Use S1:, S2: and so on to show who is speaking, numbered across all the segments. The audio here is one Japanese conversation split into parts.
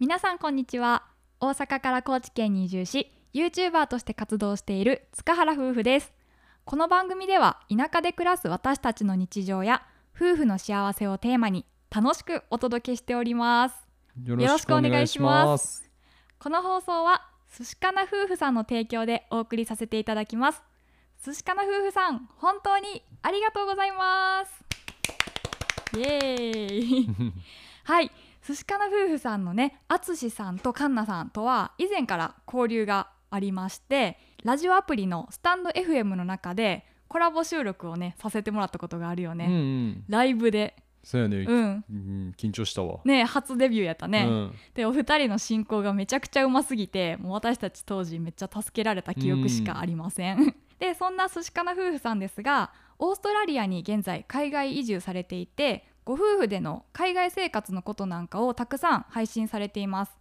S1: 皆さんこんにちは大阪から高知県に移住し YouTuber として活動している塚原夫婦ですこの番組では田舎で暮らす私たちの日常や夫婦の幸せをテーマに楽しくお届けしております
S2: よ。
S1: ろしくお願いしますこの放送は寿司かな夫婦さんの提供でお送りさせていただきます寿司かな夫婦さん本当にありがとうございますイエーイはい寿司かな夫婦さんのね淳さんとカンナさんとは以前から交流がありましてラジオアプリのスタンド FM の中でコラボ収録をねさせてもらったことがあるよ
S2: う
S1: ね、
S2: んうん。
S1: ライブで
S2: そうやね
S1: う。ん
S2: うん緊張したわ。
S1: ね初デビューやったね、
S2: うん
S1: でお二人の進行がめちゃくちゃうますぎてもう私たち当時めっちゃ助けられた記憶しかありません、でそんな寿司かな夫婦さんですがオーストラリアに現在海外移住されていてご夫婦での海外生活のことなんかをたくさん配信されています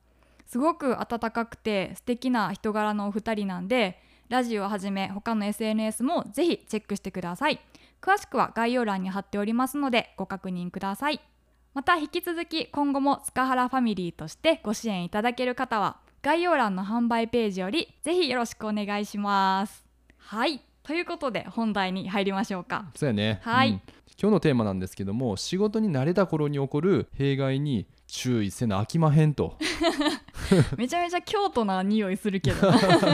S1: すごく温かくて素敵な人柄のお二人なんでラジオをはじめ他の SNS もぜひチェックしてください詳しくは概要欄に貼っておりますのでご確認くださいまた引き続き今後も塚原ファミリーとしてご支援いただける方は概要欄の販売ページよりぜひよろしくお願いしますはいということで本題に入りましょう か
S2: そうやね。
S1: はい
S2: うん今日のテーマなんですけども、仕事に慣れた頃に起こる弊害に注意せなあきまへんと。
S1: めちゃめちゃ京都な匂いするけ ど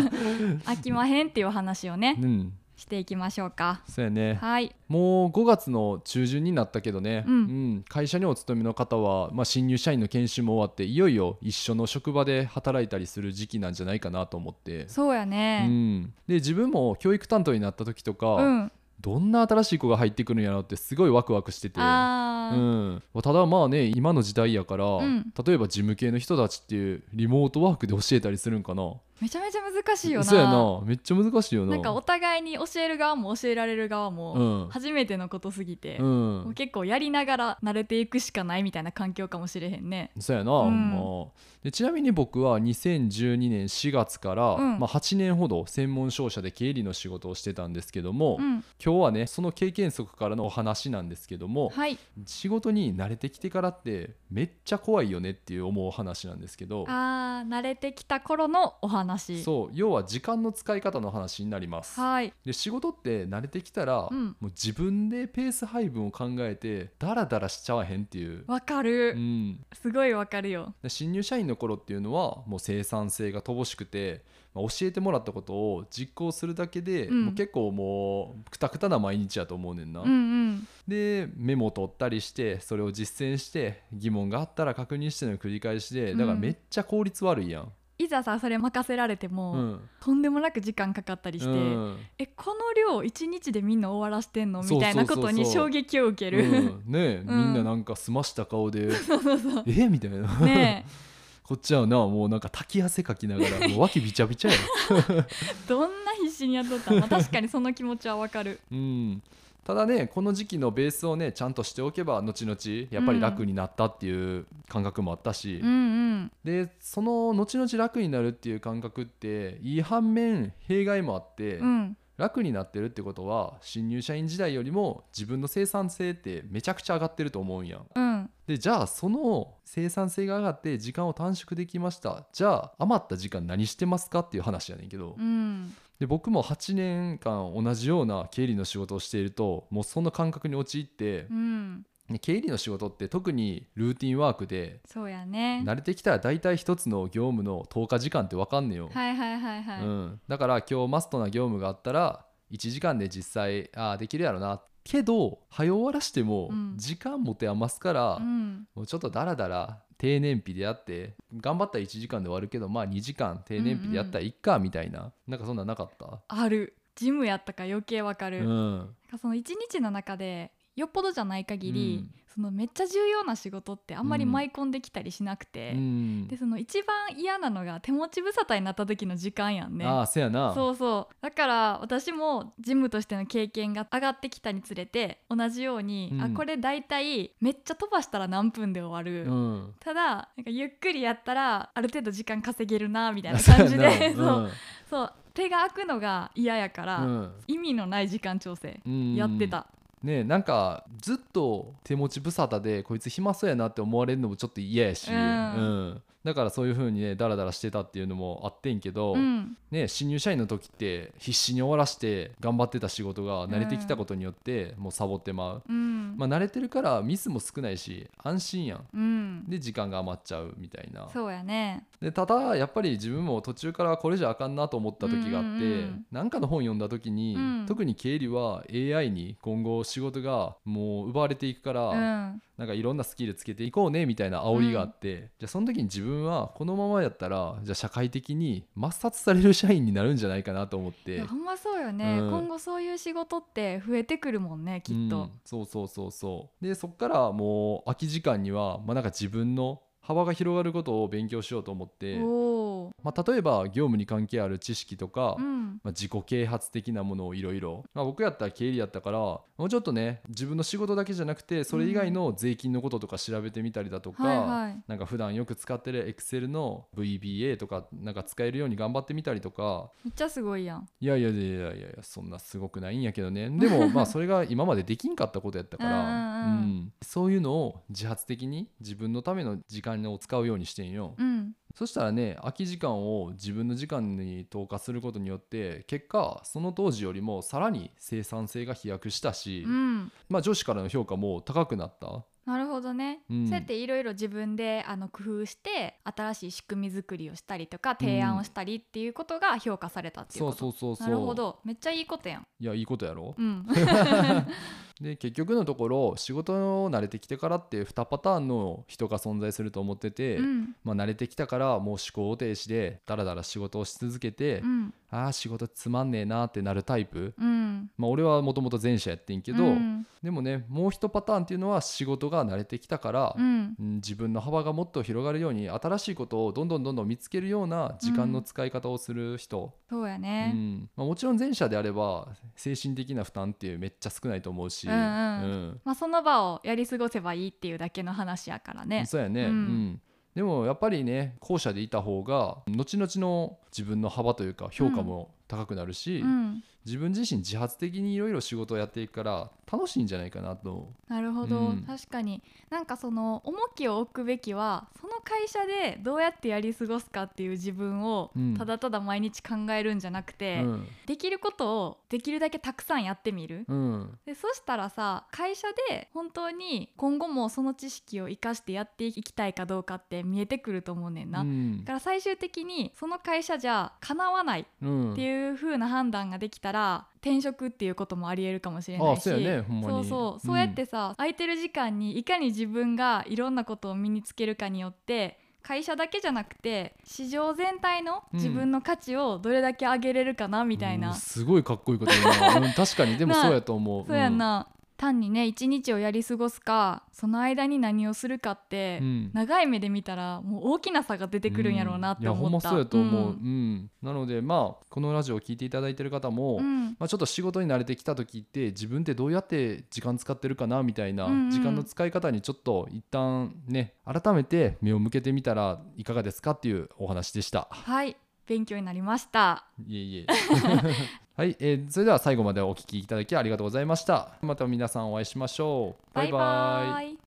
S1: 飽きまへんっていう話をね
S2: うん。
S1: していきましょうか
S2: そうやね。
S1: はい
S2: もう5月の中旬になったけどね、
S1: うん
S2: うん会社にお勤めの方は、まあ、新入社員の研修も終わっていよいよ一緒の職場で働いたりする時期なんじゃないかなと思って、
S1: そうや
S2: う
S1: ね
S2: ん、で自分も教育担当になった時とか、
S1: うん、
S2: どんな新しい子が入ってくるんやろうってすごいワクワクしてて。
S1: あ
S2: う
S1: ー
S2: ん、ただまあね今の時代やから、
S1: ん
S2: 例えば事務系の人たちっていうリモートワークで教えたりするんかな
S1: めちゃめちゃ難しいよな
S2: そうやなめっちゃ難しいよな
S1: なんかお互いに教える側も教えられる側
S2: う
S1: も
S2: ん、
S1: 初めてのことすぎて、
S2: うん
S1: もう結構やりながら慣れていくしかないみたいな環境かもしれへんね。
S2: そうやな、
S1: うん
S2: もうでちなみに僕は2012年4月から、
S1: うん
S2: まあ、8年ほど専門商社で経理の仕事をしてたんですけども、
S1: うん、
S2: 今日はねその経験則からのお話なんですけども、
S1: はい。
S2: 仕事に慣れてきてからってめっちゃ怖いよねっていう思う話なんですけど
S1: ああ、慣れてきた頃のお話。
S2: そう要は時間の使い方の話になります。
S1: はい。
S2: で仕事って慣れてきたら、
S1: うん
S2: もう自分でペース配分を考えてダラダラしちゃわへんっていう、
S1: わか
S2: う
S1: る。
S2: ん、
S1: すごいわかるよ。
S2: で新入社員の頃っていうのはもう生産性が乏しくて、まあ教えてもらったことを実行するだけで、
S1: うん
S2: もう結構もうくたくたな毎日やと思うねんな、
S1: うんうん。
S2: でメモを取ったりしてそれを実践して疑問があったら確認しての繰り返しでだからめっちゃ効率悪いやん、
S1: いざさ、それ任せられても、
S2: うん
S1: とんでもなく時間かかったりして、
S2: うん
S1: え、この量一日でみんな終わらしてんの
S2: そうそう
S1: み
S2: そう
S1: たいなことに衝撃を受ける。
S2: うんねえ、
S1: うん
S2: みんななんか澄ました 顔で「えみたいな、
S1: ね
S2: こっちはなもうなんか滝汗かきなが らもう脇びちゃびちゃやん
S1: え、どんな必死にやっとったの、まあ確かにその気持ちはわか る。
S2: うん、ただねこの時期のベースをねちゃんとしておけば後々やっぱり楽になったっていう感覚もあったし、
S1: うんうん。
S2: でその後々楽になるっていう感覚っていい反面弊害もあって、
S1: うん。
S2: 楽になってるってことは新入社員時代よりも自分の生産性ってめちゃくちゃ上がってると思うんやん。
S1: うん。
S2: でじゃあその生産性が上がって時間を短縮できましたじゃあ余った時間何してますかっていう話やねんけど。
S1: うん。
S2: で僕も8年間同じような経理の仕事をしているともうその感覚に陥って
S1: う、ん。
S2: ね経理の仕事って特にルーティンワークで
S1: そうやね。
S2: 慣れてきたら大体一つの業務の10日時間って分かんねよ、
S1: はいはいはいはい。
S2: うん、だから今日マストな業務があったら1時間で実際あーできるやろなけど早終わらしても
S1: うん
S2: 時間持て余すから、
S1: うん
S2: もうちょっとダラダラ低燃費でやって頑張ったら1時間で終わるけどまあ2時間低燃費でやったらいっかみたいな、なんかそんなんなかった
S1: あるジムやったから余計わかる、
S2: う
S1: なん
S2: ん
S1: かその一日の中でよっぽどじゃない限り、そのめっちゃ重要な仕事ってあんまり
S2: うん
S1: 舞い込んできたりしなくて、
S2: うん
S1: でその一番嫌なのが手持ち無沙汰になった時の時間やんね
S2: ああせやな
S1: そうそうだから私もジムとしての経験が上がってきたにつれて同じように、
S2: うん
S1: あこれ大体めっちゃ飛ばしたら何分で終わる、
S2: うん
S1: ただなんかゆっくりやったらある程度時間稼げるなみたい な感じ
S2: あせ
S1: で
S2: や
S1: そう、
S2: な
S1: そう手が空くのが嫌やから、
S2: うん
S1: 意味のない時間調整
S2: うん
S1: やってた、
S2: ねなんかずっと手持ち無沙汰でこいつ暇そうやなって思われるのもちょっと嫌やし、
S1: うん
S2: うんだからそういう風にねダラダラしてたっていうのもあってんけど、
S1: うん
S2: ね、新入社員の時って必死に終わらして頑張ってた仕事が慣れてきたことによってもうサボってまう、
S1: うん
S2: まあ、慣れてるからミスも少ないし安心やん
S1: うん、
S2: で時間が余っちゃうみたいな
S1: そうやね
S2: でただやっぱり自分も途中からこれじゃあかんなと思った時があって、
S1: うんうんうん
S2: なんかの本読んだ時に、
S1: うん
S2: 特に経理は AI に今後仕事がもう奪われていくから、
S1: うん
S2: なんかいろんなスキルつけていこうねみたいな煽りがあって、じゃあその時に自分はこのままやったらじゃあ社会的に抹殺される社員になるんじゃないかなと思っ
S1: い
S2: て
S1: やほんまそうよね、
S2: うん
S1: 今後そういう仕事って増えてくるもんねきっ
S2: う
S1: と
S2: ん、そうそうそうそうでそっからもう空き時間には、まあ、なんか自分の幅が広がることを勉強しようと思って、
S1: おお
S2: まあ、例えば業務に関係ある知識とか、
S1: うん
S2: まあ、自己啓発的なものをいろいろ僕やったら経理やったからもうちょっとね自分の仕事だけじゃなくてそれ以外の税金のこととか調べてみたりだとか、
S1: はいはい
S2: なんか普段よく使ってる Excel の VBA とかなんか使えるように頑張ってみたりとか
S1: めっちゃすごいやん
S2: いやいやいやいやいやそんなすごくないんやけどねで もまあそれが今までできんかったことやったから
S1: うんうんうん
S2: そういうのを自発的に自分のための時間を使うようにしてんよ。
S1: うん
S2: そしたらね空き時間を自分の時間に投下することによって結果その当時よりもさらに生産性が飛躍したし、
S1: うん
S2: まあ、女子からの評価も高くなった。
S1: なるほどね、
S2: うん
S1: そうやっていろいろ自分であの工夫して新しい仕組み作りをしたりとか提案をしたりっていうことが評価されたっていう
S2: そ
S1: こ
S2: う
S1: と、
S2: そうそうそう
S1: なるほどめっちゃいいことやん
S2: いやいいことやろ
S1: う、ん
S2: で結局のところ仕事を慣れてきてからって2パターンの人が存在すると思ってて、
S1: うん
S2: まあ、慣れてきたからもう思考停止でダラダラ仕事をし続けて、
S1: うん
S2: ああ仕事つまんねえなってなるタイプ、
S1: うん
S2: まあ、俺はもともと前者やってんけど、
S1: うん
S2: でもねもう1パターンっていうのは仕事が慣れてきたから
S1: う、ん
S2: うん自分の幅がもっと広がるように新しいことをどんどんどんどん見つけるような時間の使い方をする人、
S1: そうや
S2: う
S1: ね、
S2: んまあ、もちろん前者であれば精神的な負担っていうめっちゃ少ないと思うし、
S1: うんうん
S2: うん
S1: まあ、その場をやり過ごせばいいっていうだけの話やからね
S2: そうやね、
S1: うん
S2: うんでもやっぱりね後者でいた方が後々の自分の幅というか評価も高くなるし、
S1: うん
S2: 自分自身自発的にいろいろ仕事をやっていくから楽しいんじゃないかなと。
S1: なるほど、
S2: うん
S1: 確かになんかその重きを置くべきはその会社でどうやってやり過ごすかっていう自分を
S2: うん
S1: ただただ毎日考えるんじゃなく
S2: う
S1: て、
S2: ん
S1: できることをできるだけたくさんやってみる。
S2: うん
S1: でそしたらさ会社で本当に今後もその知識を生かしてやっていきたいかどうかって見えてくると思うねんな。
S2: う
S1: だ
S2: ん
S1: から最終的にその会社じゃ叶わないっ
S2: うん
S1: ていう風な判断ができたら転職っていうこともありえるかもしれな
S2: あ
S1: いし
S2: そうやねほんま
S1: そう
S2: に
S1: そう
S2: うん
S1: そうやってさ、空いてる時間にいかに自分がいろんなことを身につけるかによって会社だけじゃなくて市場全体の自分の価値をどれだけ上げれるかなみたいな、
S2: うんすごいかっこいいこと言 うな、うん確かにでも
S1: なあ
S2: そうやと思う
S1: そうやん、な、単にね一日をやり過ごすかその間に何をするかって、
S2: うんうん
S1: 長い目で見たらもう大きな差が出てくるんやろうなって思った。
S2: うんいやほんまそうやと思う、うん
S1: ん
S2: なのでまあこのラジオを聞いていただいてる方も、
S1: うん
S2: まあ、ちょっと仕事に慣れてきた時って自分ってどうやって時間使ってるかなみたいな、
S1: うんうん
S2: 時間の使い方にちょっと一旦ね改めて目を向けてみたらいかがですかっていうお話でした。
S1: はい勉強になりました。
S2: いえい えはい、えーそれでは最後までお聞きいただきありがとうございました。また皆さんお会いしましょう。バイバイ
S1: イ